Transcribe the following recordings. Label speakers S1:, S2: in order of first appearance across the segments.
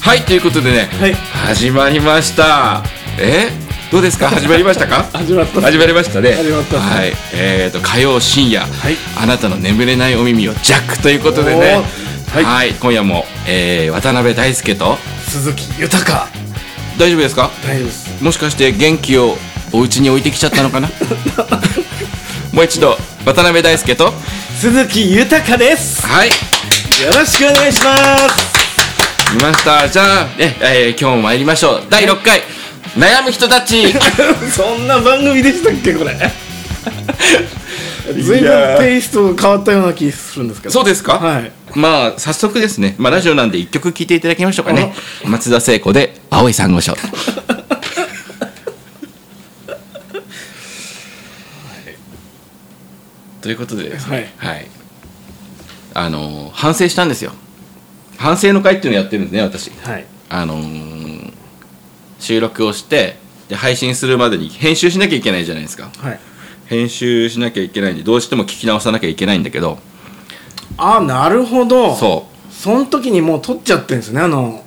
S1: はいということでね、
S2: はい
S1: 始まりましたえどうですか始まりましたか
S2: 始まった
S1: 始まりましたね
S2: 始まった
S1: はいえー、と火曜深夜、
S2: い
S1: あなたの眠れないお耳をジャックということでね
S2: おー
S1: は
S2: はいい
S1: 今夜も、えー渡辺大輔と
S2: 鈴木豊
S1: 大丈夫ですか
S2: 大丈夫です
S1: もしかして元気をお家に置いてきちゃったのかなもう一度渡辺大輔と
S2: 鈴木豊です
S1: はい
S2: よろしくお願いします
S1: いましたじゃあ、ねえー今日も参りましょう第6回悩む人たち
S2: そんな番組でしたっけこれ 随
S1: いや
S2: 分
S1: ー
S2: テイストが変わったような気するんですけど
S1: そうですか、
S2: はい
S1: まあ早速ですね、まあ、ラジオなんで1曲聴いていただきましょうかね松田聖子で「青い珊瑚礁」ということでですねはい、あのー反省したんですよ反省の会っていうのをやってるんですね私
S2: はい
S1: あのー収録をしてで配信するまでに編集しなきゃいけないじゃないですか
S2: はい
S1: 編集しなきゃいけないんでどうしても聞き直さなきゃいけないんだけど
S2: ああなるほど
S1: そう
S2: その時にもう撮っちゃってるんですねあの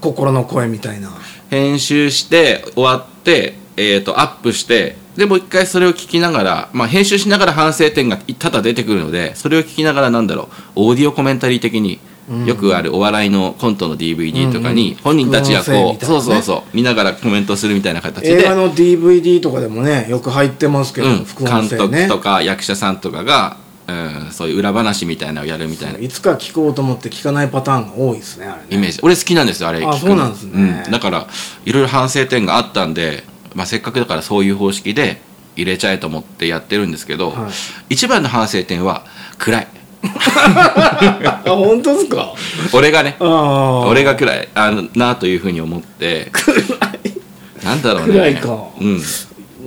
S2: 心の声みたいな
S1: 編集して終わって、えー、とアップしてでもう一回それを聞きながら、まあ、編集しながら反省点が多々出てくるのでそれを聞きながらなんだろうオーディオコメンタリー的によくあるお笑いのコントの DVD とかに本人たちが
S2: 副音
S1: こう
S2: 声みたいな
S1: そう
S2: ね
S1: そうそう見ながらコメントするみたいな形
S2: 映
S1: で
S2: 画。の DVD とかでもねよく入ってますけど、
S1: うん、
S2: 副音
S1: 監
S2: 声
S1: 督
S2: ね
S1: とか役者さんとかが、うん、そういう裏話みたいなのをやるみたいない
S2: つか聞こうと思って聞かないパターンが多いですねあれね
S1: イメージ俺好きなんですよあれ聞
S2: あ
S1: くの
S2: そうなんですね
S1: うんだからいろいろ反省点があったんで、まあ、せっかくだからそういう方式で入れちゃえと思ってやってるんですけど、
S2: は
S1: 一番の反省点は暗い
S2: あ本当ですか
S1: 俺がね
S2: ああ
S1: 俺が暗いあのなというふうに思って
S2: 暗
S1: なんだろうね
S2: 暗いか
S1: うん、
S2: い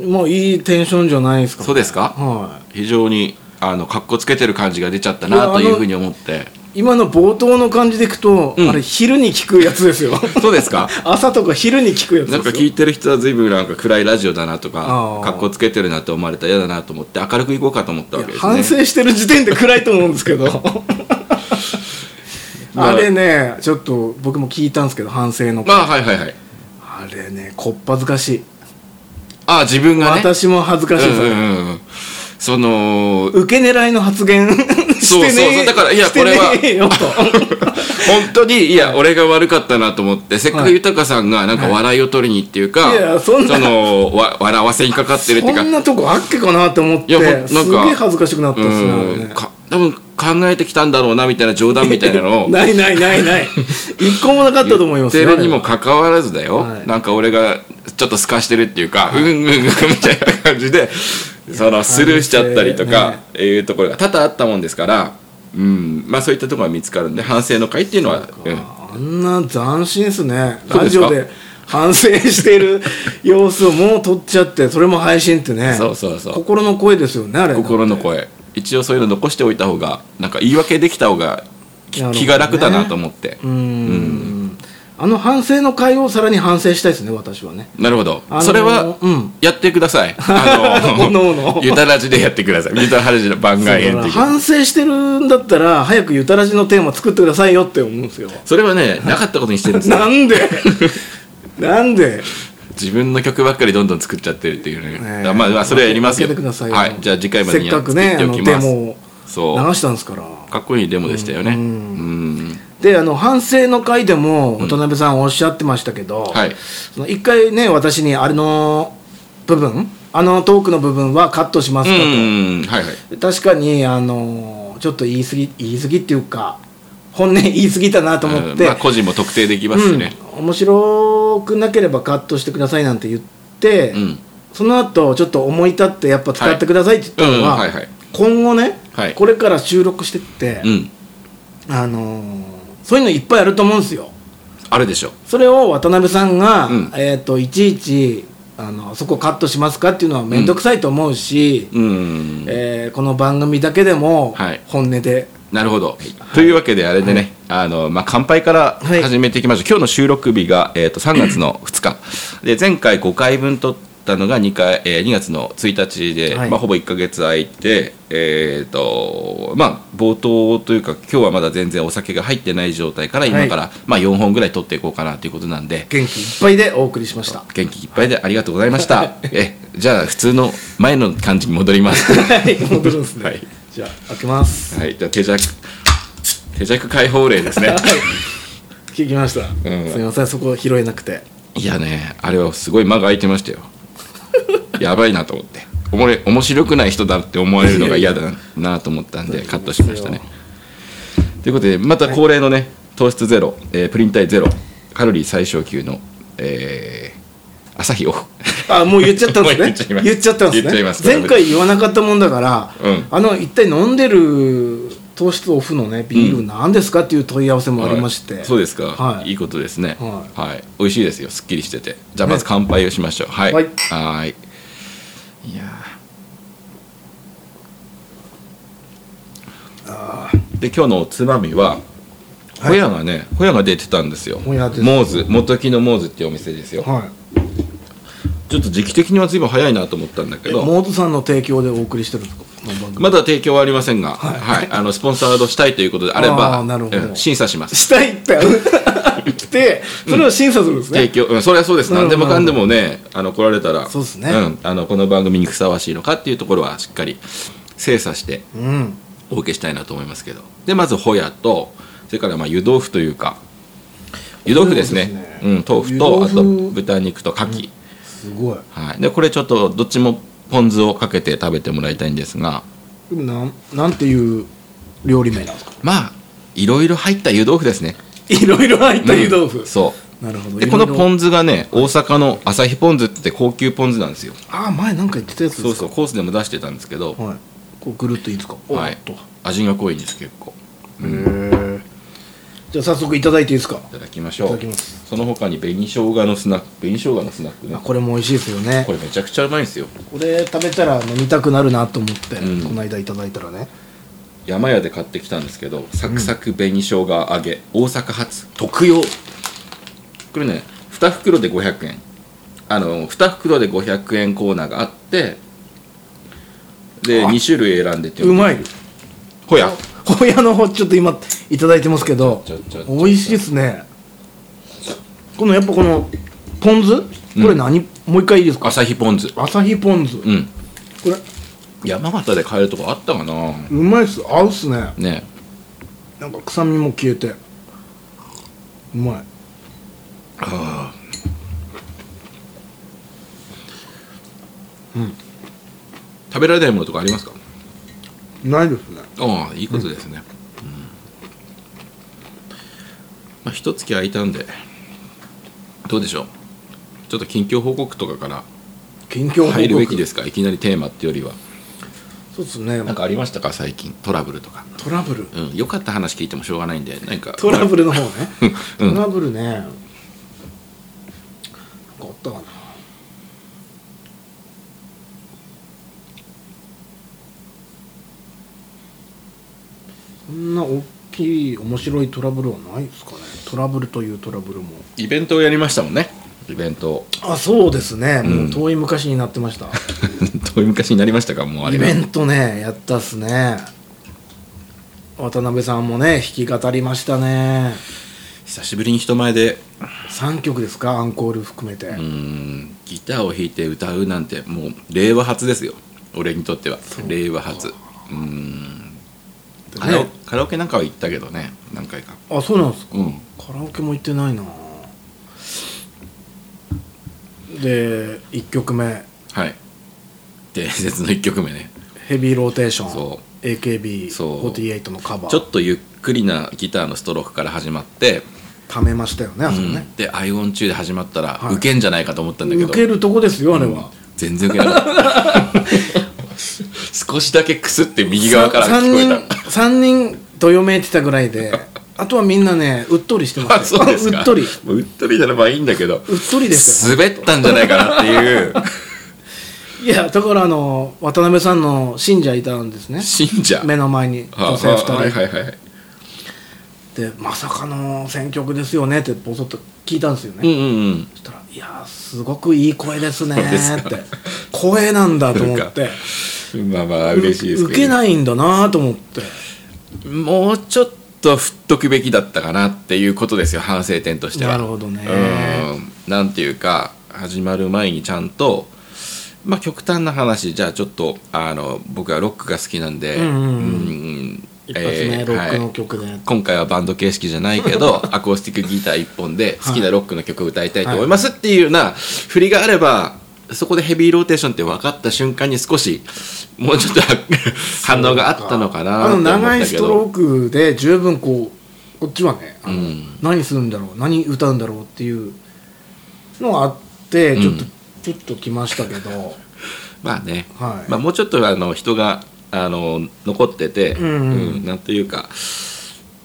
S2: もういいテンションじゃないですか
S1: そうですか
S2: は
S1: 非常にあの格好つけてる感じが出ちゃったなというふうに思って
S2: い今の冒頭の感じでいくと、
S1: うん
S2: あれ昼に聞くやつですよ
S1: そうですか
S2: 朝とか昼に聞くやつで
S1: な
S2: す
S1: ん
S2: よ
S1: か聞いてる人は随分なんか暗いラジオだなとか
S2: あー
S1: 格好つけてるなって思われたら嫌だなと思って明るくいこうかと思ったわけ
S2: い
S1: で
S2: や
S1: すね
S2: 反省してる時点で暗いと思うんですけど
S1: まあ
S2: あれねちょっと僕も聞いたんですけど反省の声
S1: まあはいはいはい
S2: あれねこっぱずかしい
S1: あ自分がね
S2: 私も恥ずかしいです、
S1: うんうんうんその
S2: 受け狙いの発言 してねえ
S1: そうそうだからいや
S2: してねえ
S1: これは
S2: よと
S1: 本当にいや俺が悪かったなと思ってせっかく豊さんがなんか笑いを取りにっていうか、
S2: はいいやそんな
S1: のわ笑わせにかかってるっていう
S2: こ
S1: か
S2: んなとこあっけかなと思って
S1: いやほんなんか
S2: すげえ恥ずかしくなったっすねあれ
S1: うん
S2: ね
S1: か多分考えてきたんだろうなみたいな冗談みたいなのを
S2: ないないないない 一個もなかったと思います
S1: テ
S2: よ
S1: レにもかかわらずだよ、
S2: はい
S1: なんか俺がちょっとすかしてるっていうか、うんうんうんみたいな感じでそのスルーしちゃったりとか
S2: 反
S1: いうところが多々あったもんですから、うんまあ、そういったところが見つかるんで反省の会っていうのはうん
S2: あんな斬新っすね
S1: そう
S2: ラ
S1: です
S2: ジ
S1: か
S2: オで反省してる 様子をもう撮っちゃってそれも配信ってね
S1: そうそうそう
S2: 心の声ですよねあれ
S1: 心の声一応そういうの残しておいた方がなんか言い訳できた方がき
S2: なるほどね
S1: 気が楽だなと思って、
S2: うーんあの反省の会をさらに反省したいですね私はね
S1: なるほど、
S2: あのー
S1: それは
S2: うん
S1: やってくださ い、あのー
S2: おのおの
S1: ゆたらじでやってくださいゆたらじの番外編的に
S2: 反省してるんだったら早くゆたらじのテーマ作ってくださいよって思うんですよ
S1: それはねなかったことにしてるんですよ
S2: なん でなんで
S1: 自分の曲ばっかりどんどん作っちゃってるっていうねだ
S2: ね
S1: からまあまあそれはやりますよ
S2: 気をつけてくださいよ
S1: はいじゃあ次回までに
S2: せっ
S1: は
S2: か
S1: 作
S2: く
S1: っ
S2: ね
S1: てお
S2: あの
S1: き
S2: デ
S1: ます、
S2: モを
S1: そう
S2: 流したんですから
S1: かっこいいデモでしたよねうん
S2: であの反省の回でも渡辺さんおっしゃってましたけど、
S1: はい
S2: その一回ね私にあれの部分あのトークの部分はカットします
S1: う
S2: かと、
S1: んはいはい
S2: 確かにあのちょっと言い過ぎ言い過ぎっていうか本音言い過ぎたなと思って、
S1: うんまあ個人も特定できますしね、
S2: うん、面白くなければカットしてくださいなんて言って、
S1: うん
S2: その後ちょっと思い立ってやっぱ使ってくださいって言ったのは、
S1: はいうんはいはい
S2: 今後ね、
S1: はい
S2: これから収録してって、
S1: うん
S2: あのーそういうのいっぱいあると思うんですよ
S1: あるでしょ
S2: それを渡辺さんが、
S1: うん
S2: えー、といちいちあのそこカットしますかっていうのは面倒くさいと思うし、
S1: うん
S2: えーこの番組だけでも
S1: はい
S2: 本音で
S1: なるほど、というわけであれでね、あのまあ、乾杯から
S2: はい
S1: 始めていきましょう、今日の収録日が、えー、と3月の2日で前回5回分撮ったのが 2, 回、えー、2月の1日で、
S2: はい
S1: まあ、ほぼ1か月空いて、えーとまあ、冒頭というか今日はまだ全然お酒が入ってない状態から今から、まあ、4本ぐらい撮っていこうかなということなんで
S2: 元気いっぱいでお送りしましたは
S1: 元気いっぱいでありがとうございました えじゃあ普通の前の感じに戻ります
S2: い戻るんですね、
S1: はい
S2: じゃあ開けます
S1: はい、じゃあ手弱手弱解放令ですね。
S2: 聞きました、
S1: うん
S2: すみませんそこ拾えなくて
S1: いやね、あれはすごい間が空いてましたよ。 やばいなと思って。おもれ面白くない人だって思われるのが嫌だなと思ったんでカットしましたね。ということでまた恒例のね、糖質ゼロ、えープリン体ゼロカロリー最小級の、えー朝日オフ。
S2: あもう言っちゃったんです ね
S1: もう言っちゃいます
S2: 言っちゃったんですね
S1: 言っちゃいます
S2: 前回言わなかったもんだから、
S1: うん
S2: あの一体飲んでる糖質オフのねビールなんですかっていう問い合わせもありまして、
S1: そうですか、、
S2: はい
S1: い
S2: い
S1: ことですね
S2: は
S1: はい、美味しいですよすっきりしててじゃあまず乾杯をしましょうはい
S2: はい
S1: ーいいやーで今日のおつまみは
S2: はい
S1: ホヤがねホヤが出てたんですよモ
S2: ホヤ出てた
S1: ーズ元木のモーズっていうお店ですよ
S2: はい
S1: ちょっと時期的には随分早いなと思ったんだけ
S2: え
S1: ど
S2: モードさんの提供でお送りしてるんですかこの番組
S1: まだ提供はありませんが、はいあのスポンサードしたいということであれば
S2: あーなるほど
S1: うん審査します
S2: したいって来てそれを審査するんですね、
S1: 提供、うん、それはそうです
S2: なる
S1: 何
S2: ほ
S1: で
S2: ど
S1: もかんでもねあの来られたら
S2: そうですね
S1: ん、あのこの番組にふさわしいのかっていうところはしっかり精査して
S2: うん
S1: お受けしたいなと思いますけどでまずホヤとそれからまあ湯豆腐というか湯豆腐ですね
S2: そうです
S1: うん、豆腐
S2: ね
S1: とあ
S2: 湯
S1: と
S2: 豆腐
S1: 豚肉と牡蠣、
S2: すごい
S1: はい、でこれちょっとどっちもポン酢をかけて食べてもらいたいんですが
S2: なんなんていう料理名なんですか
S1: まあいろいろ入った湯豆腐ですね
S2: いろいろ入った湯豆腐、
S1: そう
S2: なるほど
S1: でこのポ
S2: ン
S1: ン酢がね大阪の朝日ポン酢って高級ポン酢なんですよ
S2: ああ前なんか言ってたやつですか
S1: そうそうコースでも出してたんですけど、
S2: はいこうぐるっといいですか
S1: は
S2: お
S1: い
S2: っとへ
S1: 味が濃いんです結構
S2: えじゃあ早速いただいていいですか
S1: いただきましょう
S2: いただきます
S1: その他に紅生姜のスナック紅生姜のスナックね
S2: あこれも美味しいですよね
S1: これめちゃくちゃうまいんですよ
S2: これ食べたら飲みたくなるなと思って、
S1: うん
S2: この間いただいたらね
S1: 山屋で買ってきたんですけどサクサク紅生姜揚げ、大阪発特用これね2袋で500円あの2袋で500円コーナーがあってで
S2: あ
S1: 2種類選んでて
S2: うまい
S1: ほや
S2: ホヤの方ちょっと今いただいてますけど
S1: ちょちょちょ
S2: 美味しいですねこのやっぱこのポン酢これ何、もう一回いいですか
S1: 朝日ポン酢
S2: 朝日ポン酢、こ
S1: うん
S2: れ
S1: 山形で買えるとこあったかな
S2: うまいっす合うっすね
S1: ね
S2: なんか臭みも消えてうまい
S1: 食べられないものとかありますか
S2: ないですね
S1: ああいいことですね、うんまあ一月空いたんでどうでしょうちょっと近況報告とかから
S2: 近況報告
S1: 入るべきですかいきなりテーマってよりは
S2: そうっすね
S1: なんかありましたか最近トラブルとか
S2: トラブル
S1: うんよかった話聞いてもしょうがないんでなんか
S2: トラブルの方ね
S1: うん
S2: トラブルねなんかあったかなそんな大きい面白いトラブルはないですかねトラブルというトラブルも
S1: イベントをやりましたもんねイベント を
S2: あそうですね、
S1: う
S2: も
S1: ん
S2: う遠い昔になってました
S1: 遠い昔になりましたかもうあれ
S2: イ
S1: が
S2: ベントねやったっすね渡辺さんもね弾き語りましたね
S1: 久しぶりに人前で
S2: 3曲ですかアンコール含めて、
S1: うーんギターを弾いて歌うなんてもう令和初ですよ俺にとっては令和初うーんカラオ
S2: ね
S1: カラオケなんかは行ったけどね何回か
S2: あそうなんですか
S1: うん
S2: カラオケも行ってないなで1曲目
S1: はい 伝説の1曲目ね
S2: ヘビーローテーショ
S1: そ
S2: ン
S1: そう
S2: AKB48 のカバ
S1: ちょ
S2: ー
S1: っとゆっくりなギターのストロークから始まって、
S2: ためましたよねあそこね、
S1: で「アイオン中」で始まったら、
S2: はい
S1: ウケんじゃないかと思ったんだけど
S2: 受けるとこですよあれは、
S1: 全然ウケなかった 少しだけくすって右側から聞こえた
S2: 3人三人どよめいてたぐらいで あとはみんなねうっとりして ま
S1: あ
S2: し
S1: そ
S2: た
S1: う
S2: よ
S1: ですか
S2: うっとり
S1: もううっとりならばいいんだけど
S2: うっとりですよ
S1: 滑ったんじゃないかなっていう
S2: いやだからあの渡辺さんの信者いたんですね
S1: 信者
S2: 目の前に
S1: はあ
S2: 女性2人、
S1: はいはいはい
S2: でまさかの選曲ですよねってボソッと聞いたんですよね、
S1: うんうんうん
S2: そしたら「いやーすごくいい声ですね」
S1: です
S2: っ
S1: か
S2: て声なんだと思って
S1: まあまあ嬉しいです
S2: 受け
S1: い
S2: ないんだなと思って
S1: もうちょっと振っとくべきだったかなっていうことですよ反省点としては
S2: なるほどね
S1: うんなんていうか始まる前にちゃんとまあ極端な話じゃあちょっとあの僕はロックが好きなんで
S2: うんうんうん
S1: うん
S2: 一発目、
S1: えー
S2: ロックの
S1: はい
S2: 曲で、
S1: 今回はバンド形式じゃないけ どアコースティックギター一本で好きなロックの曲を歌いたいと思いますっていうような振りがあればそこでヘビーローテーションって分かった瞬間に少しもうちょっと 反応があったのかな
S2: あ
S1: と思
S2: の
S1: ったけど
S2: 長いストロークで十分こうこっちはねあの、
S1: うん
S2: 何するんだろう何歌うんだろうっていうのがあってちょっと、
S1: うん
S2: ちょっときましたけど、
S1: まあね、
S2: はい
S1: まあ、もうちょっとあの人があの残ってて、
S2: うんうん
S1: なんというか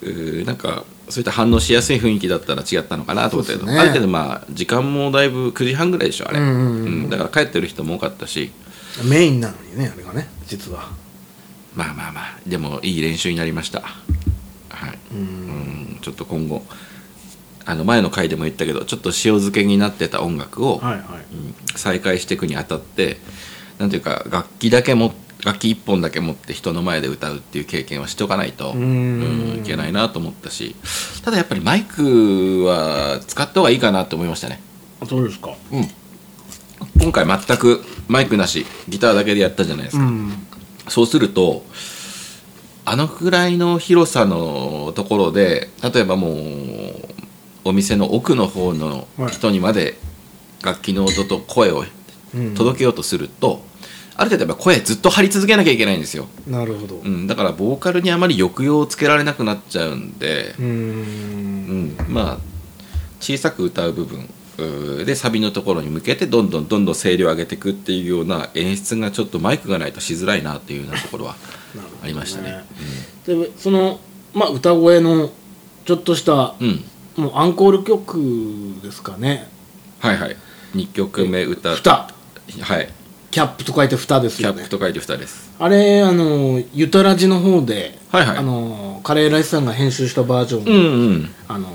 S1: うーなんかそういった反応しやすい雰囲気だったら違ったのかなと思ったけど、
S2: そうですね
S1: ある程度まあ時間もだいぶ9時半ぐらいでしょあれ、
S2: うんうんうん
S1: だから帰ってる人も多かったし
S2: メインなのにねあれがね実は
S1: まあまあまあでもいい練習になりましたはい
S2: うん
S1: うんちょっと今後あの前の回でも言ったけどちょっと塩漬けになってた音楽を、
S2: はいはい
S1: うん再開していくにあたってなんていうか楽器だけも楽器一本だけ持って人の前で歌うっていう経験はしておかないと
S2: うーん
S1: うんいけないなと思ったしただやっぱりマイクは使った方がいいかなと思いましたね、
S2: あそうですか
S1: うん、今回全くマイクなしギターだけでやったじゃないです
S2: う
S1: か、
S2: ん
S1: そうするとあのくらいの広さのところで例えばもうお店の奥の方の人にまで楽器の音と声を
S2: うん
S1: 届けようとすると、ある程度やっぱ声ずっと張り続けなきゃいけないんですよ、
S2: なるほどう
S1: うん、だからボーカルにあまり抑揚をつけられなくなっちゃうんで、
S2: ーん
S1: うん、まあ小さく歌う部分うーでサビのところに向けてどんどんどんどん声量を上げていくっていうような演出がちょっとマイクがないとしづらいなっていうようなとこ ろは
S2: なるほどね
S1: ありましたね。
S2: でその、まあ、歌声のちょっとした、
S1: うん、うん
S2: もうアンコール曲ですかね
S1: はいはい2曲目歌
S2: 蓋
S1: はい
S2: キャップと書いて蓋です
S1: キャ
S2: よ
S1: ッ
S2: ね
S1: プと書いて2です
S2: あれあのゆたらじの方で、
S1: はいはい
S2: あのカレーライスさんが編集したバージョン、
S1: うんうん
S2: あの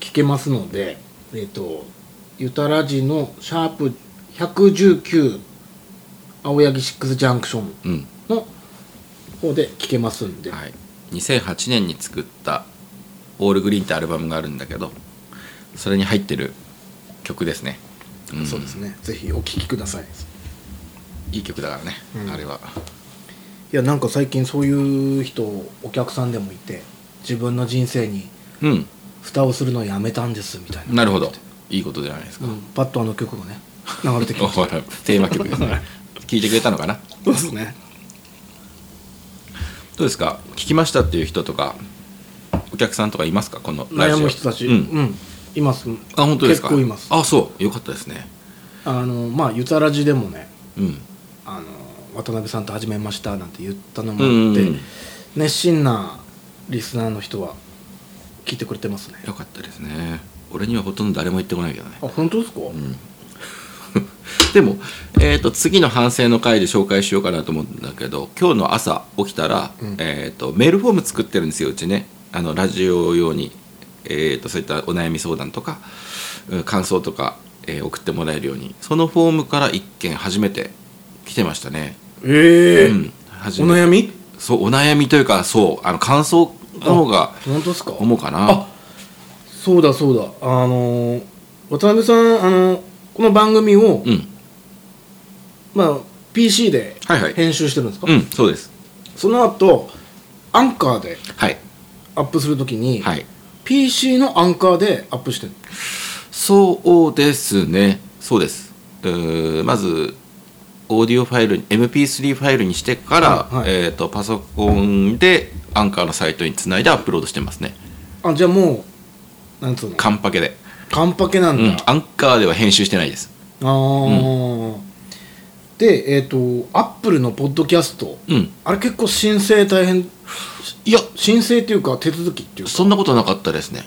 S2: 聞けますのでえっ、とゆたらじのシャープ119青柳シックスジャンクション
S1: うん
S2: の方で聞けますんで、
S1: はい、2008年に作った「オールグリーン」ってアルバムがあるんだけどそれに入ってる曲ですね、うん
S2: そうですねぜひお聴きください
S1: いい曲だからね、
S2: うん
S1: あれはい
S2: やなんか最近そういう人お客さんでもいて自分の人生に
S1: うん
S2: 蓋をするのをやめたんですみたいな、
S1: なるほどいいことじゃないですか、
S2: うん、パッとあの曲がね流れてき
S1: お
S2: ま し
S1: ほらテーマ曲ですね聞いてくれたのかな
S2: たそうですね
S1: どうですか聞きましたっていう人とかお客さんとかいますかこのラジオ
S2: 悩む人たち、
S1: う
S2: うん
S1: ん
S2: います
S1: あ本当ですか
S2: 結構いますあ
S1: あそうよかったですね
S2: のまあゆたらじでもね
S1: うん
S2: あの渡辺さんと始めましたなんて言ったのも
S1: うん
S2: あって、
S1: うんうん
S2: 熱心なリスナーの人は聞いてくれてますね
S1: よかったですね俺にはほとんど誰も言ってこないけどね
S2: あ本当ですか、
S1: でも、えー、と次の反省の回で紹介しようかなと思うんだけど今日の朝起きたら、
S2: うん
S1: えー、とメールフォーム作ってるんですようちねあのラジオ用に、えー、とそういったお悩み相談とかうん感想とか、えー送ってもらえるようにそのフォームから1件初めて来てましたね。
S2: ええ
S1: うん、初
S2: お
S1: めて
S2: 悩み
S1: そうお悩みというかそうあの感想の方が
S2: 本当ですか
S1: 思うかな。
S2: あそうだそうだあのー渡辺さんあのーこの番組を、
S1: うん
S2: まあ、PC で
S1: はいはい
S2: 編集してるんですか、
S1: うんそうです。
S2: その後アンカーで
S1: はい、
S2: アップするときに、
S1: はい
S2: PC のアンカーでアップしてる
S1: そうですね、そうです。うーまず、オーディオファイルに、MP3 ファイルにしてから、
S2: はいはい
S1: えー、とパソコンでアンカーのサイトにつないでアップロードしてますね、
S2: あじゃあもうなんつうの
S1: カンパケで。
S2: カンパケなん
S1: う
S2: だ、
S1: ん、アンカーでは編集してないです。
S2: あーでえっ、とアップルのポッドキャスト、
S1: うん、
S2: あれ結構申請大変
S1: いや、
S2: 申請っていうか手続きっていうか
S1: そんなことなかったですね。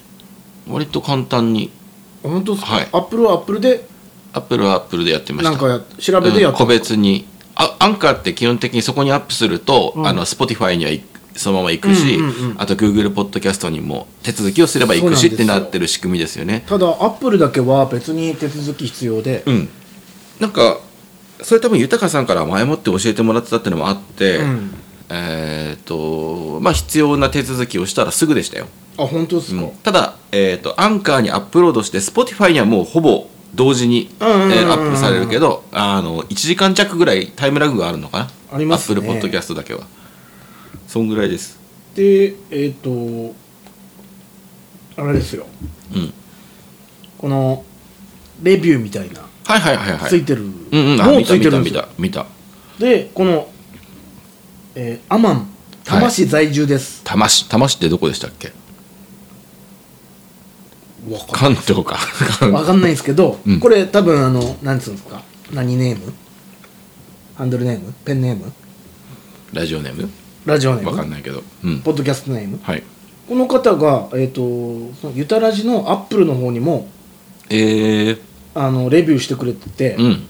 S1: 割と簡単に。
S2: 本当ですか、
S1: はい
S2: アップルはアップルで
S1: アップルはアップルでやってました
S2: なんか調べてや
S1: う
S2: っ
S1: ん
S2: た
S1: 個
S2: の、
S1: 別にあアンカーって基本的にそこにアップすると、あの Spotify には行くそのまま行くし、
S2: うんうん
S1: あと Google ポッドキャストにも手続きをすれば行くしっ
S2: そ
S1: て
S2: うなんですよ
S1: なってる仕組みですよね
S2: ただアップルだけは別に手続き必要で、
S1: うんなんかそれ多分豊さんから前もって教えてもらってたってのもあって、
S2: うん
S1: えっ、とまあ必要な手続きをしたらすぐでしたよ、
S2: あ本当ですか、
S1: ただえっ、とアンカーにアップロードして Spotify にはもうほぼ同時に、え
S2: うんうんうんうん
S1: ーアップされるけどあの1時間弱ぐらいタイムラグがあるのかな
S2: ありますね
S1: アップルポッドキャストだけはそんぐらいです
S2: でえっ、とあれですよ
S1: うん
S2: このレビューみたいな
S1: はいはいはいはい
S2: ついてる、
S1: うんうんあ
S2: もう
S1: 見
S2: つ
S1: た
S2: い
S1: 見
S2: てる
S1: た
S2: んで
S1: 見
S2: すよ
S1: た見た
S2: でこの、えーアマン多摩市在住です、
S1: たまし多摩市ってどこでしたっけ
S2: わか
S1: 関
S2: ん
S1: 東 か
S2: わかんないですけど、
S1: うん
S2: これ多分あのなんつうんですか何ネームハンドルネームペンネーム
S1: ラジオネーム
S2: ラジオネ
S1: わか
S2: ー
S1: ん
S2: ム
S1: ないけどうん
S2: ポッドキャストネーム
S1: はい
S2: この方が、えっとそのユタラジのアップルの方にも
S1: えー、
S2: あのレビューしてくれてて、
S1: うん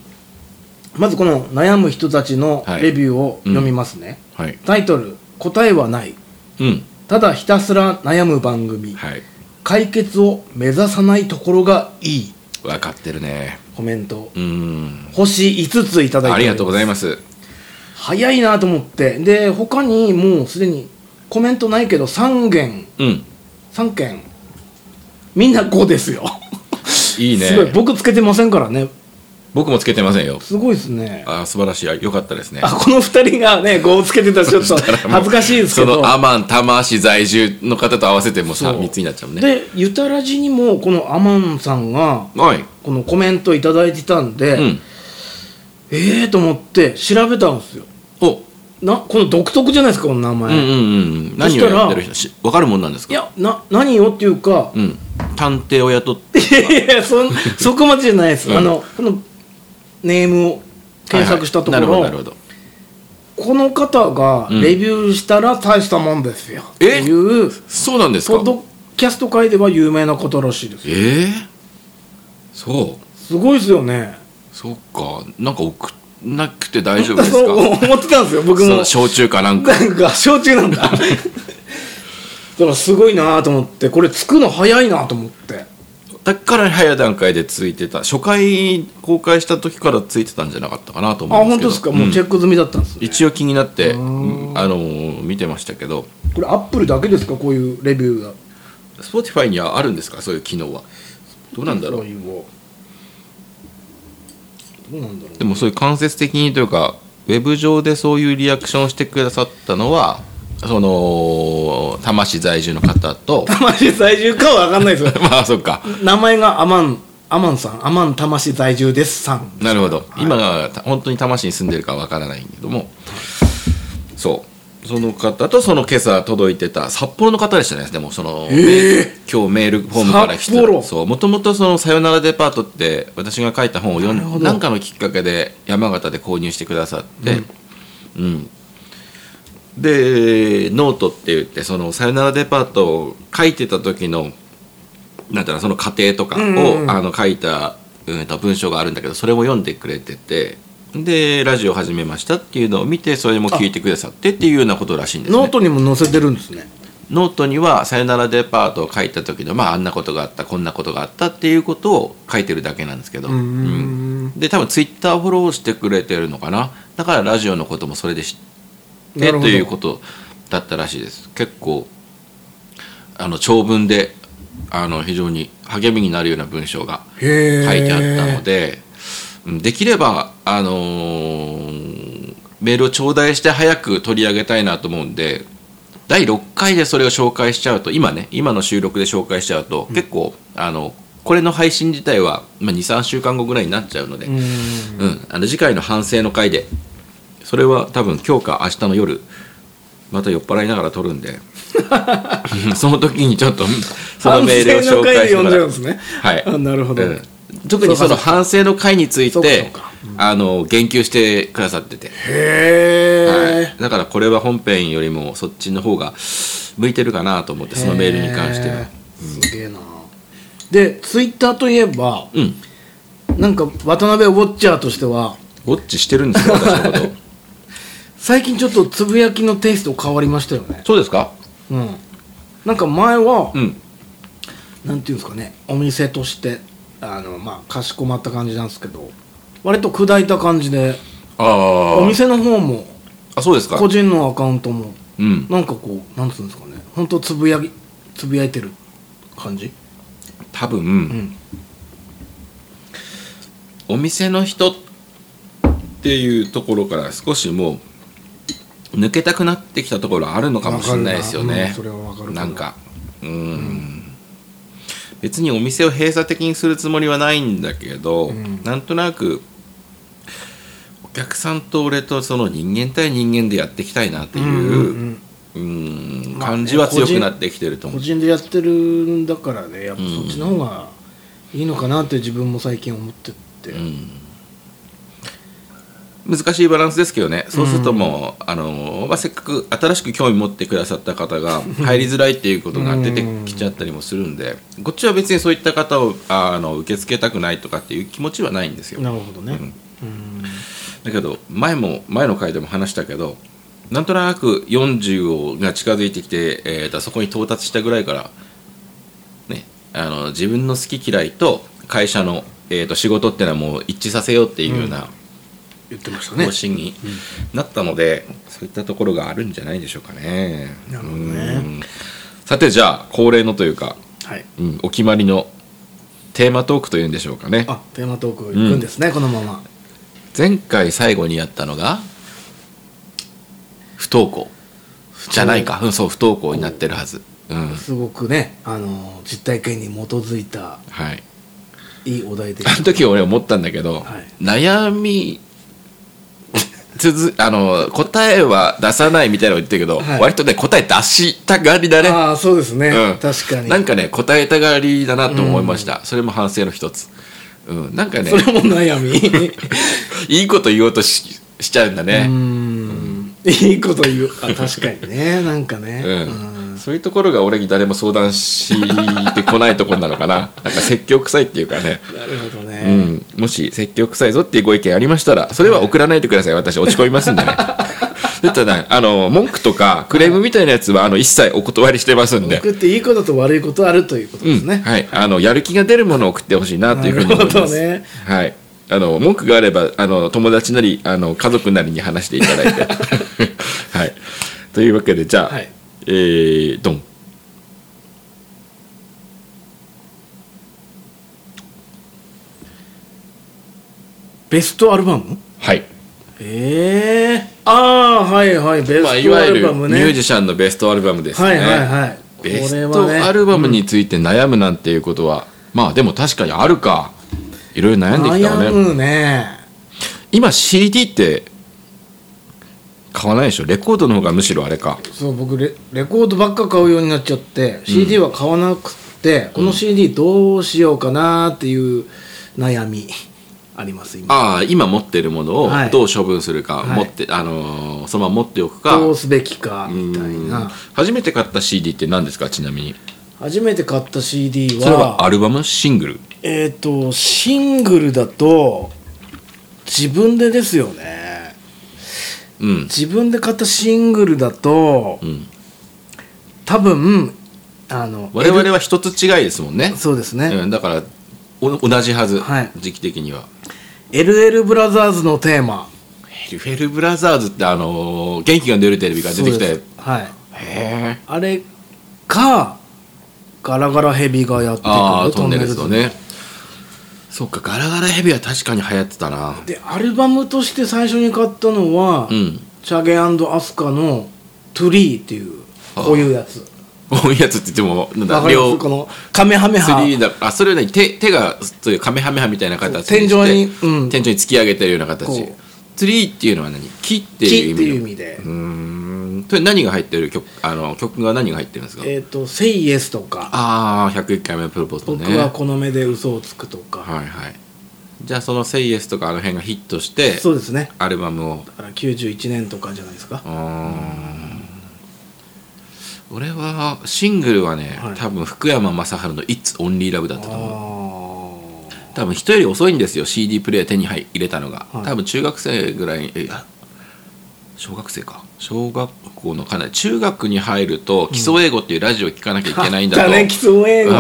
S2: まずこの悩む人たちの
S1: はい
S2: レビューを読みますね、
S1: はい
S2: タイトル「答えはない
S1: うん
S2: ただひたすら悩む番組、
S1: はい
S2: 解決を目指さないところがいい
S1: 分かってるね」
S2: コメント
S1: うん
S2: 星5ついただいてお
S1: ありがとうござい
S2: ます
S1: ます
S2: 早いなと思ってで他にもうすでにコメントないけど3件
S1: うん
S2: 3件みんな5ですよ
S1: いいね
S2: すごい僕つけてませんからね
S1: 僕もつけてませんよ
S2: すごいですね
S1: あー素晴らしいよかったですね
S2: あこの2人がね5をつけてたらちょっと恥ずかしいですけ
S1: そ
S2: ど
S1: のアマン多摩市在住の方と合わせてもさ
S2: そう
S1: 3つになっちゃうもんね
S2: でユタラジにもこのアマンさんが
S1: はい
S2: このコメントいただいてたんで、
S1: うん
S2: ええー、と思って調べたんですよ
S1: お
S2: なこの独特じゃないですかこの名
S1: う
S2: 前、
S1: んうんうん何をやってる人し分かるもんなんですか
S2: いやな何よっていうか、
S1: うん探偵を雇って
S2: いやいやそ んそこまでじゃないです、
S1: うん
S2: あのこのネームを検索したところ、
S1: はいはいなるほどなるほ
S2: この方が
S1: ん
S2: レビューしたら大したもんですよ、って
S1: え
S2: いう
S1: どそうなんです
S2: ポ
S1: か
S2: ッドキャスト界では有名な方らしいですよ
S1: ええそう
S2: すごいですよね
S1: そうかなんか送んなくて大丈夫です
S2: そう
S1: か
S2: 思ってたんですよ僕
S1: そ
S2: も
S1: の焼酎かなんか
S2: なんか焼酎なんだだからすごいなと思ってこれつくの早いなと思って
S1: だから早い段階でついてた初回公開した時からついてたんじゃなかったかなと
S2: あ
S1: 思うんですけど
S2: 本当ですか、
S1: ん
S2: もうチェック済みだったんですね
S1: 一応気になってうんあのー見てましたけど
S2: これアップルだけですかこういうレビューが
S1: Spotify にはあるんですかそういう機能はどうなんだろ
S2: こ
S1: う
S2: いうのどうなんだろう
S1: でもそういう間接的にというかウェブ上でそういうリアクションをしてくださったのはその多摩市在住の方と
S2: 魂在住かは分かんないですよ
S1: まあそっか
S2: 名前がアマンアマンさんアマン魂在住ですさん
S1: なるほど、今がた本当に多摩市に住んでるかわからないけどもそうその方とその今朝届いてた札幌の方でしたねでもその、今日メールフォームから来
S2: 札幌
S1: たそうもともとその「さよならデパート」って私が書いた本を読
S2: なるほ
S1: ん
S2: ど
S1: なんかのきっかけで山形で購入してくださって、うんでノートって言ってその「さよならデパート」を書いてた時のなんだろうその過程とかを、
S2: うんうんうん
S1: あの書いた、うん、と文章があるんだけどそれも読んでくれててでラジオ始めましたっていうのを見てそれも聞いてくださってっていうようなことらしいんです、ね、
S2: ノートにも載せてるんですね
S1: ノートには「さよならデパート」を書いた時の、まあ、あんなことがあったこんなことがあったっていうことを書いてるだけなんですけど、
S2: うー
S1: うん
S2: ん
S1: で多分ツイッターフォローしてくれてるのかなだからラジオのこともそれで知っ
S2: な
S1: て
S2: る
S1: と
S2: ほど
S1: いうことだったらしいです結構あの長文であの非常に励みになるような文章が
S2: へえ
S1: 書いてあったので、うんできれば、あのーメールを頂戴して早く取り上げたいなと思うんで第6回でそれを紹介しちゃうと今ね今の収録で紹介しちゃうと、結構あのこれの配信自体は、まあ、23週間後ぐらいになっちゃうので、
S2: うーん
S1: うん、あの次回の反省の回でそれは多分今日か明日の夜また酔っ払いながら撮るん でうんその時にちょっとそのメールを紹介しても
S2: 反省の回で読ん
S1: ら
S2: じゃ
S1: う
S2: うんですね
S1: はい
S2: あなるほど、
S1: うん特にその反省の回につい
S2: そうかそう
S1: て
S2: か
S1: あの言及してくださってて、
S2: へえ、
S1: はい、だからこれは本編よりもそっちの方が向いてるかなと思ってそのメールに関して
S2: へ
S1: は
S2: ーすげえなでツイッターといえば
S1: うん
S2: なんか渡辺ウォッチャーとしては
S1: ウォッチしてるんですよ私のこと
S2: 最近ちょっとつぶやきのテイスト変わりましたよね
S1: そうですか
S2: うんなんか前は、
S1: うん
S2: なんていうんですかねお店としてあのまあかしこまった感じなんですけど割と砕いた感じで
S1: ああ
S2: お店の方も
S1: あそうですか
S2: 個人のアカウントも
S1: うん
S2: なんかこうなんつうんですかね本当つぶやきつぶやいてる感じ
S1: 多分、
S2: ん
S1: お店の人っていうところから少しもう抜けたくなってきたところあるのかもしれないですよ
S2: わかる
S1: ね
S2: なうんそれはわかる
S1: なんかうん別にお店を閉鎖的にするつもりはないんだけど、
S2: うん
S1: なんとなくお客さんと俺とその人間対人間でやっていきたいなっていう,、
S2: んん
S1: うん
S2: まあね
S1: 感じは強くなってきてると思
S2: 個
S1: う、
S2: 人でやってるんだからねやっぱそっちの方がいいのかなって自分も最近思ってって、
S1: うん難しいバランスですけどねそうするともう、あのまあ、せっかく新しく興味持ってくださった方が入りづらいっていうことが出てきちゃったりもするんで、こっちは別にそういった方をああの受け付けたくないとかっていう気持ちはないんですよ
S2: なるほどね、うん
S1: だけど前も前の回でも話したけどなんとなく40をが近づいてきて、えーとそこに到達したぐらいから、ね、あの自分の好き嫌いと会社の、えー、と仕事ってのはもう一致させようっていうような、
S2: 言ってました
S1: 方
S2: ね
S1: 針になったので、そういったところがあるんじゃないでしょうかね。
S2: なるほどね
S1: うんさてじゃあ恒例のというか、
S2: はい
S1: うんお決まりのテーマトークというんでしょうかね
S2: あテーマトーク行くんですね、このまま
S1: 前回最後にやったのが不登校じゃないかうんそう不登校になってるはず、うん
S2: すごくねあの実体験に基づいた
S1: はい、
S2: いいお題で
S1: あの時俺思ったんだけど、
S2: はい
S1: 悩み続あの答えは出さないみたいなの言ってるけど、
S2: はい
S1: 割とね答え出したがりだね
S2: ああそうですね、
S1: うん、
S2: 確かに
S1: なんかね答えたがりだなと思いました、それも反省の一つ、うん、なんかね
S2: それも悩み
S1: いいこと言おうとししちゃうんだ
S2: う
S1: ね、
S2: んいいこと言うあ確か にねなんかね、
S1: うん
S2: うん
S1: そういうところが俺に誰も相談してこないところなのか ななんか説教臭いっていうかね
S2: なるほどね、
S1: うん、もし説教臭いぞっていうご意見ありましたらそれは送らないでください私落ち込みますん でねだったらあの文句とかクレームみたいなやつはあの一切お断りしてますんで
S2: 送っていいことと悪いことあるということですね、
S1: うんはい、あのやる気が出るものを送ってほしいなというふうに思います。
S2: なる
S1: はい、あの文句があればあの友達なりあの家族なりに話していただい て。はい、というわけでじゃあ、
S2: はい
S1: えー、ドン。
S2: ベストアルバム
S1: はい、
S2: ええああはいはいベス
S1: まあ、い
S2: ト
S1: わ
S2: ア
S1: ゆ
S2: ルバ
S1: る
S2: ム
S1: ミ
S2: ね、
S1: ュージシャンのベストアルバムですね。
S2: はいはいはいこれはね
S1: ベストアルバムについて悩むなんていうことは、まあでも確かにあるか。いろいろ悩んできた
S2: 悩
S1: わね。
S2: むね
S1: 今 CD って買わないでしょ。レコードの方がむしろあれか。
S2: そう僕レレコードばっか買うようになっちゃって CD は買わなくて、この CD どうしようかなっていう悩みあります今
S1: ああ今持ってるものを
S2: はい
S1: どう処分するか、
S2: はい
S1: 持ってあのーそのまま持っておくか
S2: どうすべきかみたい
S1: うん
S2: な
S1: 初めて買った CD って何ですかちなみに
S2: 初めて買った CD
S1: それはアルバムシングル
S2: えっ、とシングルだと自分でですよね
S1: うん
S2: 自分で買ったシングルだと
S1: うん
S2: 多分あの
S1: 我々は一つ違いですもんね
S2: L- そうですね、
S1: うん、だからお同じはず、
S2: はい
S1: 時期的には
S2: LL ブラザーズのテーマ
S1: ヘルフェルブラザーズってあのー元気が出るテレビが出てきた
S2: そう
S1: よ
S2: ですはい
S1: へえ
S2: あれかガラガラヘビがやってく
S1: ああ
S2: る
S1: トンネルズの
S2: トンネ
S1: ねそっかガラガラヘビは確かに流行ってたな
S2: ルズでアルバムとして最初に買ったのは、
S1: うん
S2: チャゲアスカの「トゥリー」っていう
S1: あー
S2: こういうやつ
S1: こういうやつって言ってもなんだ
S2: わかります
S1: 両
S2: このカメハメハ
S1: 3だあそれはね手手がそういうカメハメハみたいな形
S2: そう天井に
S1: して
S2: うん
S1: 天井に突き上げてるような形
S2: こう
S1: ツリーっていうのは何木って
S2: 木って
S1: いう意味
S2: いう意
S1: の
S2: 味で、
S1: うーんそれ何が入ってる曲あの曲が何が入ってるんですか
S2: えっ、と「セイエス」とか
S1: ああ101回目のプロポーズ
S2: 「
S1: とね
S2: 僕はこの目で嘘をつく」とか、
S1: はいはいじゃあその「セイエスとかあの辺がヒットして
S2: そうですね
S1: アルバムを
S2: だから91年とかじゃないですか
S1: うーん俺はシングルはね、
S2: はい
S1: 多分福山雅治の「It's Only Love」だったと思う
S2: あ
S1: 多分人より遅いんですよ CD プレイヤー手に入れたのが、
S2: はい
S1: 多分中学生ぐらいにえいや小学生か小学校のかなり中学に入ると基礎英語っていうラジオを聞かなきゃいけないんだと、
S2: ね基礎英語、
S1: う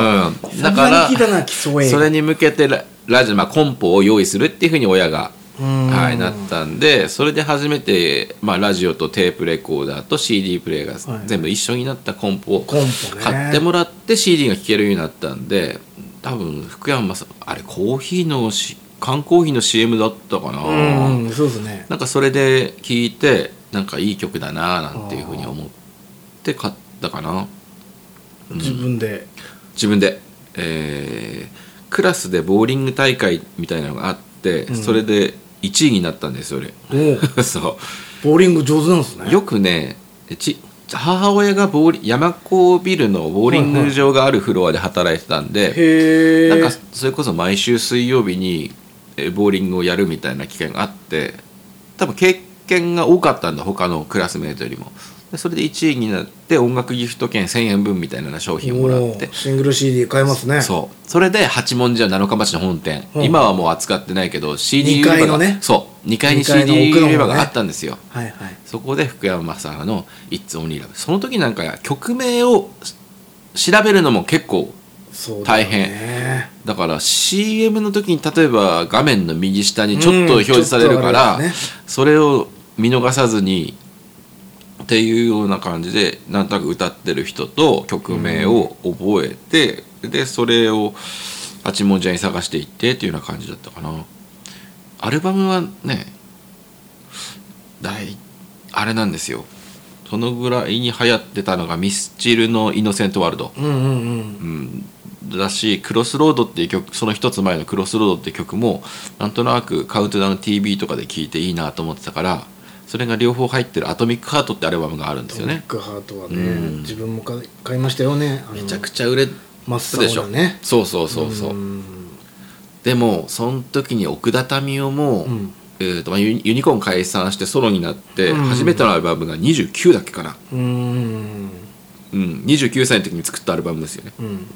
S1: ん、だから
S2: 久々に聞いたな基礎英語
S1: それに向けてララジオ、まあ、コンポを用意するっていうふうに親が、
S2: うん
S1: はい、なったんでそれで初めて、まあ、ラジオとテープレコーダーと CD プレイが
S2: はい
S1: 全部一緒になったコンポを
S2: コンポね
S1: 買ってもらって CD が聴けるようになったんで多分福山さんあれコーヒーのし缶コーヒーの CM だったかな。
S2: うんうんそうですね
S1: なんかそれで聞いてなんかいい曲だなーなんていうふうに思って買ったかな。
S2: 自分で
S1: 自分で、えークラスでボーリング大会みたいなのがあって、
S2: ん
S1: それで1位になったんですよ
S2: おう
S1: 俺 そ
S2: ボーリング上手なんですね
S1: うよくねち母親がボーリ山高ビルのボーリング場があるフロアで働いてたんで、
S2: へえ
S1: なんかそれこそ毎週水曜日にえーボーリングをやるみたいな機会があって多分経験が多かったんだ他のクラスメートよりもでそれで1位になって音楽ギフト券1000円分みたいな商品をもらって
S2: シングル CD 買えますね
S1: そうそれで八文字は七日町の本店、
S2: うん
S1: 今はもう扱ってないけど CD 売
S2: 二
S1: り
S2: 階
S1: 場
S2: の
S1: が、
S2: ね
S1: そう2階に
S2: 二階の
S1: CD
S2: 奥の方
S1: 売り場
S2: ね
S1: があったんですよ、
S2: はいはい
S1: そこで福山さんの「It's Only Love」その時なんか曲名をし調べるのも結構
S2: そうだ
S1: 大
S2: よね
S1: 変だから CM の時に例えば画面の右下にちょっと
S2: うん
S1: 表示されるか
S2: ちょっと
S1: ら、
S2: あれです
S1: それを見逃さずにっていうような感じでなんとなく歌ってる人と曲名を覚えて、でそれを八文字屋に探していってっていうような感じだったかなアルバムはね大あれなんですよそのぐらいに流行ってたのがミスチルの「イノセントワールド」
S2: うんうんうん
S1: うんだし「クロスロード」っていう曲その一つ前の「クロスロード」っていう曲もなんとなく「カウントダウン TV」とかで聴いていいなと思ってたからそれが両方入ってる「アトミック・ハート」ってアルバムがあるんですよ
S2: ビッ
S1: ね
S2: グハートはね、
S1: うん
S2: 自分も買い買いましたよね
S1: めちゃく
S2: ち
S1: ちゃ売れた
S2: ゃ真
S1: で
S2: っ
S1: し
S2: 青
S1: ょ、
S2: なね
S1: そうそうそうそう、
S2: ん
S1: でもその時に奥田民生も、
S2: うん
S1: えーとまあ、ユニユニコーン解散してソロになって
S2: うん
S1: 初めてのアルバムが29だっけかな、
S2: うん
S1: うん29歳の時に作ったアルバムですよね、
S2: うん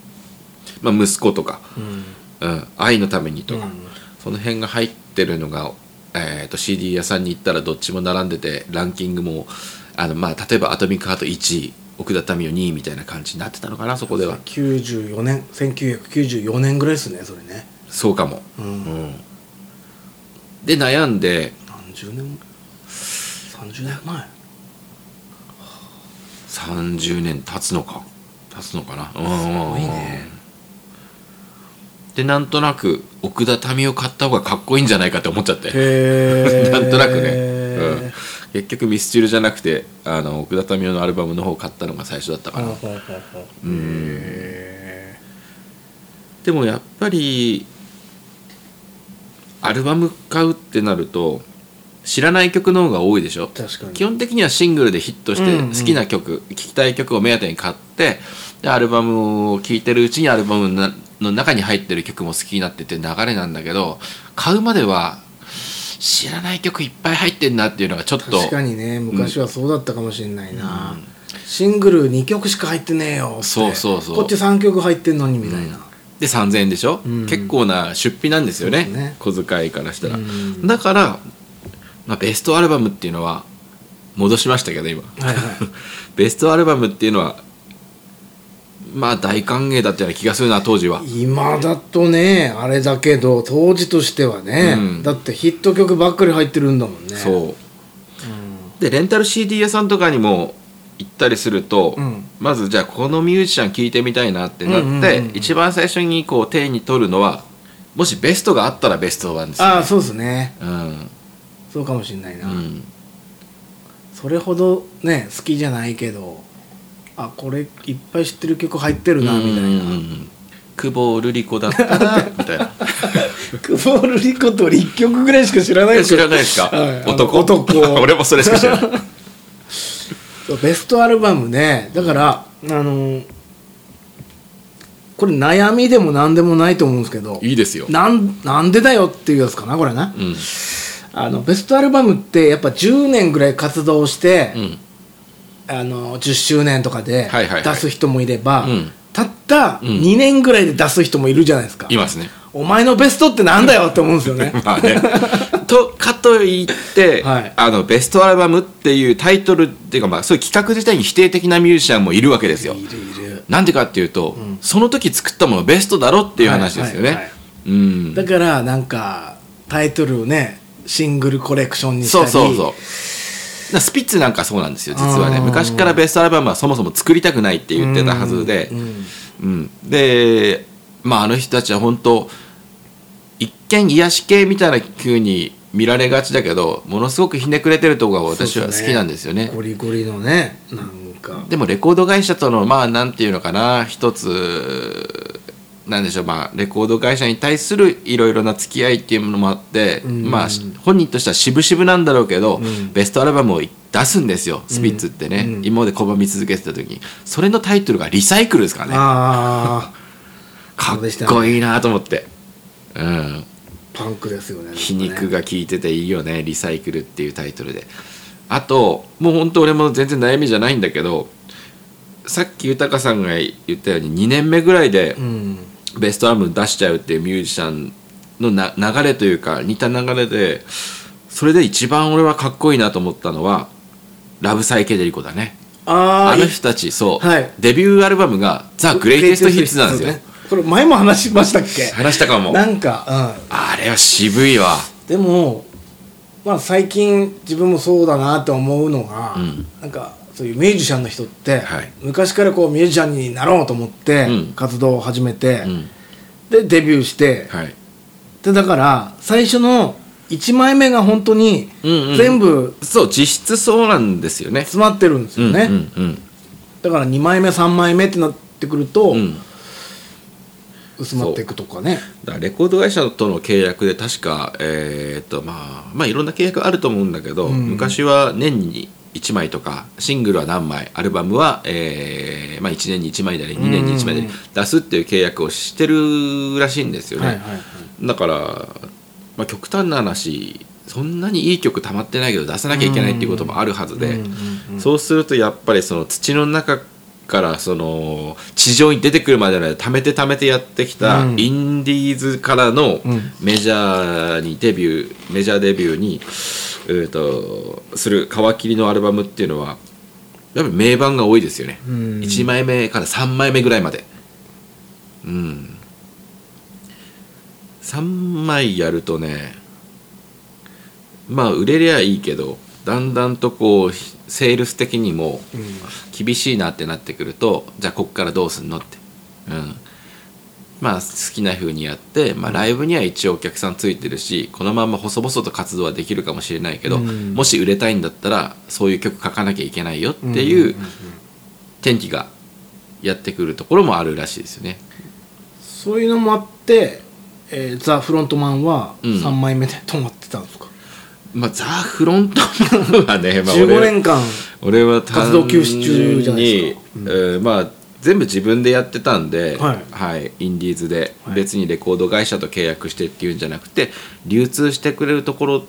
S1: まあ、息子とか、
S2: うん
S1: うん、愛のためにとか、
S2: うん
S1: その辺が入ってるのが、えー、と CD 屋さんに行ったらどっちも並んでてランキングもあの、まあ、例えば「アトミックハート」1位奥田民生2位みたいな感じになってたのかなそこでは
S2: 94年1994年ぐらいですねそれね
S1: そうかも、
S2: うん
S1: うんで悩んで
S2: 何十年30年 前
S1: 30年経つのか経つのかなすご
S2: いね
S1: でなんとなく奥田民生買った方がかっこいいんじゃないかって思っちゃって
S2: へ え
S1: なんとなくね、うん、結局ミスチルじゃなくてあの奥田民生のアルバムの方を買ったのが最初だったかな、
S2: うんへ
S1: でもやっぱりアルバム買うってなると知らない曲の方が多いでしょ
S2: ー確かに
S1: 基本的にはシングルでヒットして
S2: うんうん
S1: 好きな曲、聴きたい曲を目当てに買ってでアルバムを聴いてるうちにアルバムのなの中に入ってる曲も好きになってって流れなんだけど買うまでは知らない曲いっぱい入ってんなっていうのがちょっと
S2: 確かにね昔はそうだったかもしれないな、シングル2曲しか入ってねえよって
S1: そうそうそう
S2: こっち3曲入ってんのにみたいな、
S1: で3000円でしょ、
S2: うん
S1: 結構な出費なんですよね
S2: そうね
S1: 小遣いからしたら、
S2: うん
S1: だから、まあ、ベストアルバムっていうのは戻しましたけど今
S2: はいはい
S1: ベストアルバムっていうのはまあ大歓迎だったような気がするな当時は
S2: 今だとねあれだけど当時としてはね、
S1: うん
S2: だってヒット曲ばっかり入ってるんだもんね
S1: そう
S2: う
S1: でレンタル CD 屋さんとかにも行ったりすると、
S2: うん
S1: まずじゃあこのミュージシャン聴いてみたいなってなって、
S2: うんうんうんうん
S1: 一番最初にこう手に取るのはもしベストがあったらベストワンですよ
S2: ああそうですね
S1: うん
S2: そうかもしれないな、
S1: うん
S2: それほどね好きじゃないけどあこれいっぱい知ってる曲入ってるなみたい
S1: うんうんう
S2: なん
S1: 久保瑠璃子だったらみたい な
S2: 久保瑠璃子と1曲ぐらいしか知らない
S1: 知らないですか、
S2: はい
S1: 男
S2: 男
S1: 俺もそれしか知らない
S2: そうベストアルバムねだから、あのこれ悩みでも何でもないと思うんですけど
S1: いいですよ、
S2: なんなんでだよっていうやつかなこれな
S1: うん
S2: あのベストアルバムってやっぱ10年ぐらい活動して、
S1: うん
S2: あの10周年とかで
S1: はいはいはい
S2: 出す人もいれば、
S1: うん
S2: たった2年ぐらいで出す人もいるじゃないですか、
S1: いますね
S2: お前のベストってなんだよって思うんですよね
S1: まあ ね、とかといって、
S2: はい
S1: あのベストアルバムっていうタイトルっていうか、まあ、そういう企画自体に否定的なミュージシャンもいるわけですよ。
S2: いるいる
S1: なんでかっていうと、その時作ったものベストだろっていう話ですよ
S2: はいはいは
S1: ね
S2: い。
S1: うん
S2: だからなんかタイトルをねシングルコレクションにした
S1: そうそうそ
S2: り
S1: う。だからスピッツなんかそうなんですよ実はね
S2: あー
S1: 昔からベストアルバムはそもそも作りたくないって言ってたはずで、
S2: うんうん
S1: うん、で、まあ、あの人たちは本当一見癒し系みたいな風に見られがちだけどものすごくひねくれてるところが私は好きなんですよね
S2: ゴリゴリのねなんか
S1: でもレコード会社とのまあなんていうのかな一つなんでしょうまあレコード会社に対するいろいろな付き合いっていうものもあって、
S2: ん
S1: まあし本人としては渋々なんだろうけど、
S2: ん
S1: ベストアルバムを出すんですよスピッツってね、
S2: うん
S1: 今まで拒み続けてた時にそれのタイトルが「リサイクル」ですからね
S2: ああ
S1: かっこいいなと思って、うん、
S2: パンクですよね
S1: 皮肉が効いてていいよね「リサイクル」っていうタイトルであともうほんと俺も全然悩みじゃないんだけどさっき豊さんが言ったように2年目ぐらいで
S2: うん
S1: ベストアルバム出しちゃうっていうミュージシャンのな流れというか似た流れでそれで一番俺はかっこいいなと思ったのは「ラブサイケデリコ」だね
S2: あ
S1: あ
S2: あ
S1: の人たちそう、
S2: はい
S1: デビューアルバムが「ザ・グレイテスト・ヒッツ」なんですよ、
S2: これ前も話しましたっけ
S1: 話したかも
S2: なんか、
S1: あれは渋いわ
S2: うん、でもまあ最近自分もそうだなと思うのが、
S1: うん
S2: なんかそういうミュージシャンの人って、
S1: はい
S2: 昔からこうミュージシャンになろうと思って
S1: うん
S2: 活動を始めて、
S1: うん
S2: でデビューして、
S1: はい
S2: でだから最初の1枚目が本当に
S1: うんうん
S2: 全部
S1: そう実質そうなんですよね
S2: 詰まってるんですよね、
S1: うんうん
S2: だから2枚目3枚目ってなってくると、
S1: うん、うん、だ
S2: 薄まっていくとかね
S1: からレコード会社との契約で確かえーっとまあまあいろんな契約あると思うんだけど、
S2: うん
S1: 昔は年に1枚とかシングルは何枚アルバムは、えーまあ、1年に1枚なり2年に1枚なり
S2: うん
S1: 出すっていう契約をしてるらしいんですよね、
S2: はいはいはい
S1: だから、まあ、極端な話そんなにいい曲たまってないけど出さなきゃいけないっていうこともあるはずで、
S2: うんうんうん
S1: そうするとやっぱりその土の中からその地上に出てくるまでの間貯めて貯めてやってきた
S2: うん
S1: インディーズからの
S2: うん
S1: メジャーにデビューメジャーデビューに、えー、とする皮切りのアルバムっていうのはやっぱり名盤が多いですよね、
S2: うん
S1: 1枚目から3枚目ぐらいまでうん3枚やるとねまあ売れりゃいいけどだんだんとこうひセールス的にも
S2: うん
S1: 厳しいなってなってくるとじゃあこっからどうすんのってうんまあ好きな風にやって、まあ、ライブには一応お客さんついてるしこのまま細々と活動はできるかもしれないけど、
S2: うん
S1: もし売れたいんだったらそういう曲書かなきゃいけないよっていう、
S2: んんん
S1: 天気がやってくるところもあるらしいですよね。
S2: そういうのもあって、えーザ・フロントマンは
S1: うん
S2: 3枚目で止まってたんですか、
S1: まあ、ザ・フロントマンはね、まあ、
S2: 15
S1: 俺
S2: 年間
S1: 俺は単
S2: 活動休止中じゃないですか
S1: にえーまあ、全部自分でやってたんで、
S2: はい
S1: インディーズで、
S2: はい
S1: 別にレコード会社と契約してっていうんじゃなくて流通してくれるところ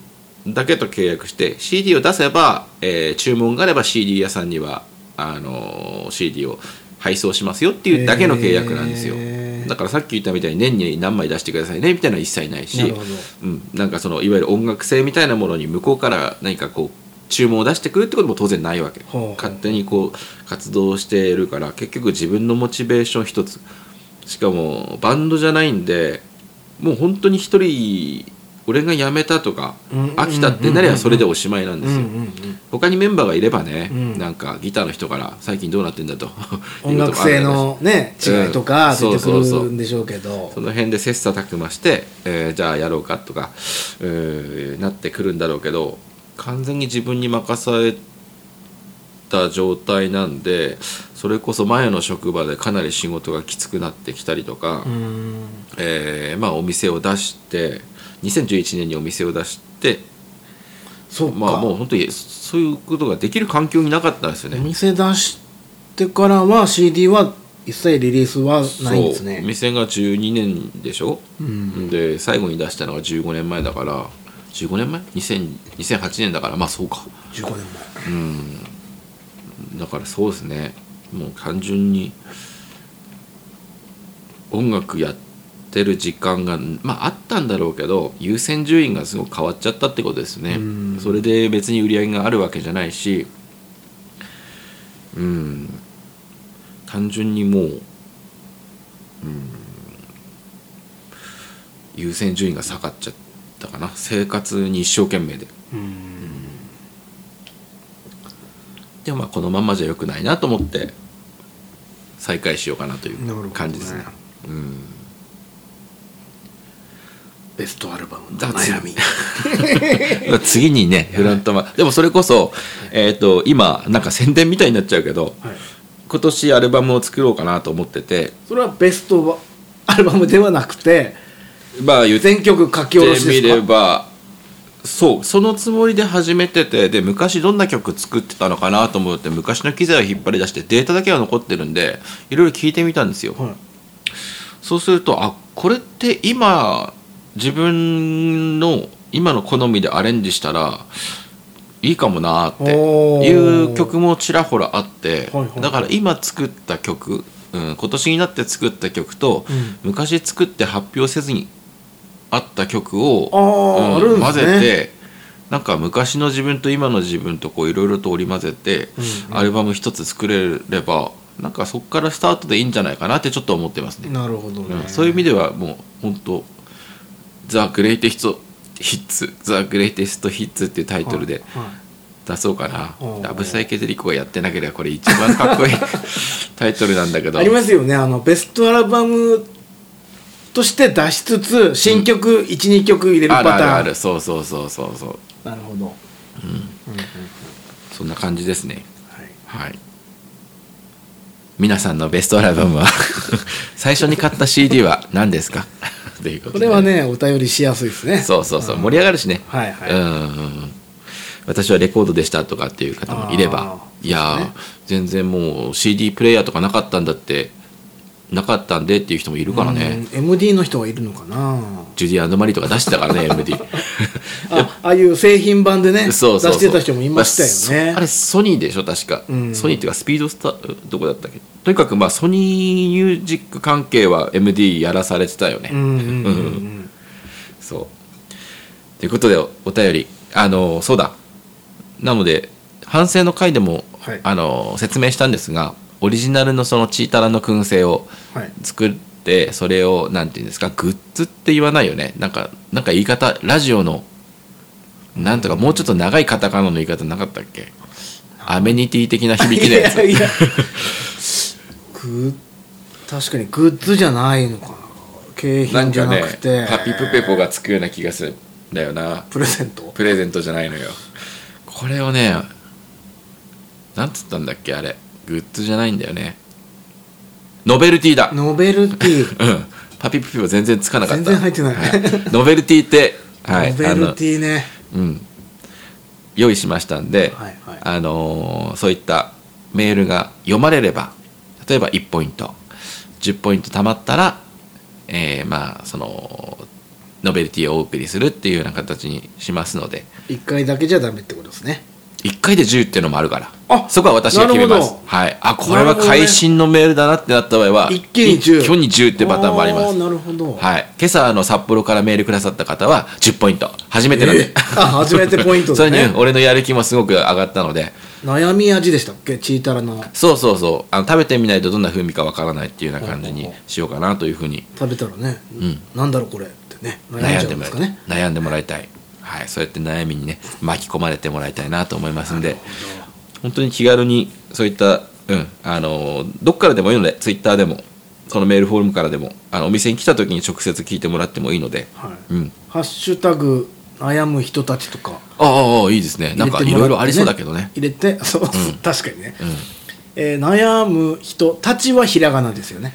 S1: だけと契約して CD を出せば、えー注文があれば CD 屋さんにはあのー CD を配送しますよっていうだけの契約なんですよ、
S2: へー
S1: だからさっき言ったみたいに年に何枚出してくださいねみたいなのは一切ないし
S2: なるほど
S1: うん、なんかそのいわゆる音楽性みたいなものに向こうから何かこう注文を出してくるってことも当然ないわけ
S2: ほうほう
S1: 勝手にこう活動しているから結局自分のモチベーション一つしかもバンドじゃないんでもう本当に一人俺が辞めたとか
S2: うん
S1: 飽きたってなりゃそれでおしまいなん
S2: う
S1: で
S2: んう
S1: す
S2: ん
S1: よ
S2: うん
S1: 他にメンバーがいればね、
S2: うん
S1: なんかギターの人から最近どうなってんだと
S2: 音楽性のね違いとか
S1: うん
S2: 出てく
S1: そうそうそう
S2: るんでしょうけど
S1: その辺で切磋琢磨して、えーじゃあやろうかとか、えーなってくるんだろうけど完全に自分に任された状態なんでそれこそ前の職場でかなり仕事がきつくなってきたりとか、
S2: うん
S1: えーまあ、お店を出して2011年にお店を出して、
S2: そうか、
S1: まあ、もう本当にそういうことができる環境になかったんですよ
S2: お
S1: ね。
S2: 店出してからは CD は一切リリースはないんです
S1: そうお
S2: ね
S1: 店が12年でしょ、
S2: うん
S1: で最後に出したのが15年前だから15年前2000 2008年だからまあそうか
S2: 15年
S1: だからそうですねもう単純に音楽やってる時間がまああったんだろうけど優先順位がすごく変わっちゃったってことですね
S2: うん
S1: それで別に売り上げがあるわけじゃないしうん単純にもう、うん、優先順位が下がっちゃったかな生活に一生懸命で
S2: うん
S1: でもまあこのまんまじゃ良くないなと思って再開しようかなとい
S2: なるほど
S1: う
S2: ね
S1: 感じですねうん
S2: ベストアルバムの
S1: 雑
S2: 悩み
S1: 次にねフラントマンでもそれこそ、えっと今なんか宣伝みたいになっちゃうけど
S2: はい
S1: 今年アルバムを作ろうかなと思ってて
S2: それはベストアルバムではなくて
S1: まあ言って
S2: 全曲書き下ろし
S1: み
S2: で
S1: れ
S2: すか
S1: ばそうそのつもりで始めててで昔どんな曲作ってたのかなと思って昔の機材を引っ張り出してデータだけは残ってるんでいろいろ聞いてみたんですよ、
S2: はい
S1: そうするとあこれって今自分の今の好みでアレンジしたらいいかもなー
S2: お
S1: って
S2: ー
S1: いう曲もちらほらあって、
S2: はいはい
S1: だから今作った曲、うん、今年になって作った曲と、
S2: う
S1: 昔作って発表せずにあった曲を
S2: あーあるんですね
S1: 混ぜてなんか昔の自分と今の自分とこういろいろと織り交ぜて、
S2: うん
S1: アルバム一つ作れればなんかそこからスタートでいいんじゃないかなってちょっと思ってますね。
S2: なるほどね、
S1: うんそういう意味ではもう本当ザ・グレイテスト・ヒッツ」「ザ・グレイテスト・ヒッツ」っていうタイトルで
S2: はい
S1: 出そうかな、
S2: おー
S1: ラブサイケデリコがやってなければこれ一番かっ こいいタイトルなんだけど
S2: ありますよねあのベストアルバムとして出しつつ新曲12、曲入れる
S1: あ
S2: パタ
S1: る
S2: ーン
S1: あるあるそうそうそうそうそう
S2: なるほど、うんうんうん
S1: そんな感じですね
S2: はい
S1: はい皆さんのベストアルバムは 最初に買った CD は何ですか というこ
S2: ことれ
S1: で
S2: はねお便りしやすいですね
S1: そうそうそう
S2: あー
S1: 盛り上がるしね
S2: はいはい
S1: うんうんうん私はレコードでしたとかっていう方もいれば
S2: あー
S1: いやー、全然もう CD プレイヤーとかなかったんだってなかったんでっていう人もいるからね、
S2: うん MD の人がいるのかな
S1: ジュディ・アンド・マリーとか出してた からね MD
S2: あああいう製品版でね
S1: そうそうそう
S2: 出してた人もいましたよね、
S1: あそあれソニーでしょ確か、
S2: うん
S1: ソニーっていうかスピードスターどこだったっけとにかくまあソニーミュージック関係は MD やらされてたよね、
S2: うんうんうんうん
S1: そう。ということでお、お便り、あの、そうだ。なので、反省の回でも、
S2: はい
S1: あの、説明したんですが、オリジナルのそのチータラの燻製を
S2: はい
S1: 作って、それを、なんていうんですか、グッズって言わないよね。なんか、なんか言い方、ラジオの、なんとか、もうちょっと長いカタカナの言い方なかったっけアメニティ的な響きのやつ。
S2: いやいや グッ確かにグッズじゃないのかな景
S1: なん
S2: 品じゃ
S1: か
S2: な
S1: ね
S2: くて、、
S1: ハッピープペポがつくような気がするんだよな。
S2: プレゼント
S1: プレゼントじゃないのよこれをねなんつったんだっけあれグッズじゃないんだよねノベルティだ
S2: ノベルティ
S1: うんパピプピは全然つかなかった
S2: 全然入ってない
S1: はいノベルティってはい
S2: ノベルティね
S1: あのうん用意しましたんで、
S2: はいはい
S1: あのーそういったメールが読まれれば例えば1ポイント10ポイント貯まったら、えーまあそのノベルティをお送りするっていうような形にしますので
S2: 一回だけじゃダメってことですね
S1: 1回で10っていうのもあるから
S2: あ
S1: そこは私が決めま
S2: なる
S1: す
S2: ほど
S1: はいあこれは会心のメールだなってなった場合は
S2: 一気に10
S1: 一挙に10ってパターンもありま
S2: おー
S1: す
S2: なるほど、
S1: はい、今朝あの札幌からメールくださった方は10ポイント初めてなんで、
S2: えーあ初めてポイント
S1: そ
S2: で
S1: れ
S2: ね
S1: にうん俺のやる気もすごく上がったので
S2: 悩み味でしたっけチータラの
S1: そうそうそうあの食べてみないとどんな風味かわからないっていうような感じ
S2: ほう
S1: に
S2: ほ
S1: しようかなというふうに
S2: 食べたらね、
S1: ん
S2: なんだろうこれってね悩
S1: 悩
S2: んじ
S1: ん
S2: ゃう
S1: で
S2: ん
S1: もらい
S2: ですか
S1: た
S2: ね
S1: い悩んでもらいたい、はい、そうやって悩みにね巻き込まれてもらいたいなと思いますんで本当に気軽にそういった、うんあのどっからでもいいのでツイッターでもこのメールフォームからでもあのお店に来た時に直接聞いてもらってもいいので、
S2: はい
S1: うん、
S2: ハッシュタグ悩む人たちとか
S1: ああああいいですねなんかい
S2: 入れてもらってね
S1: ろいろありそうだけどね
S2: 入れて そう、確かにね、えー悩む人たちはひらがなですよね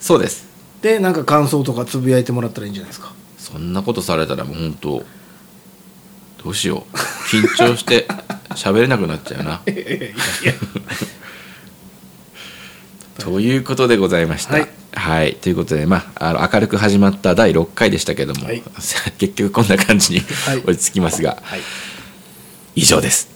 S1: そうです
S2: でなんか感想とかつぶやいてもらったらいいんじゃないで すか
S1: そんなことされたらもう本当どうしよう緊張 して喋れなくなっちゃうなということでございました。
S2: は
S1: はいい、ということで、まあ、あの明るく始まった第6回でした けども、
S2: はい
S1: 結局こんな感じに
S2: はい
S1: 落ち着きますが、
S2: はい
S1: 以上です。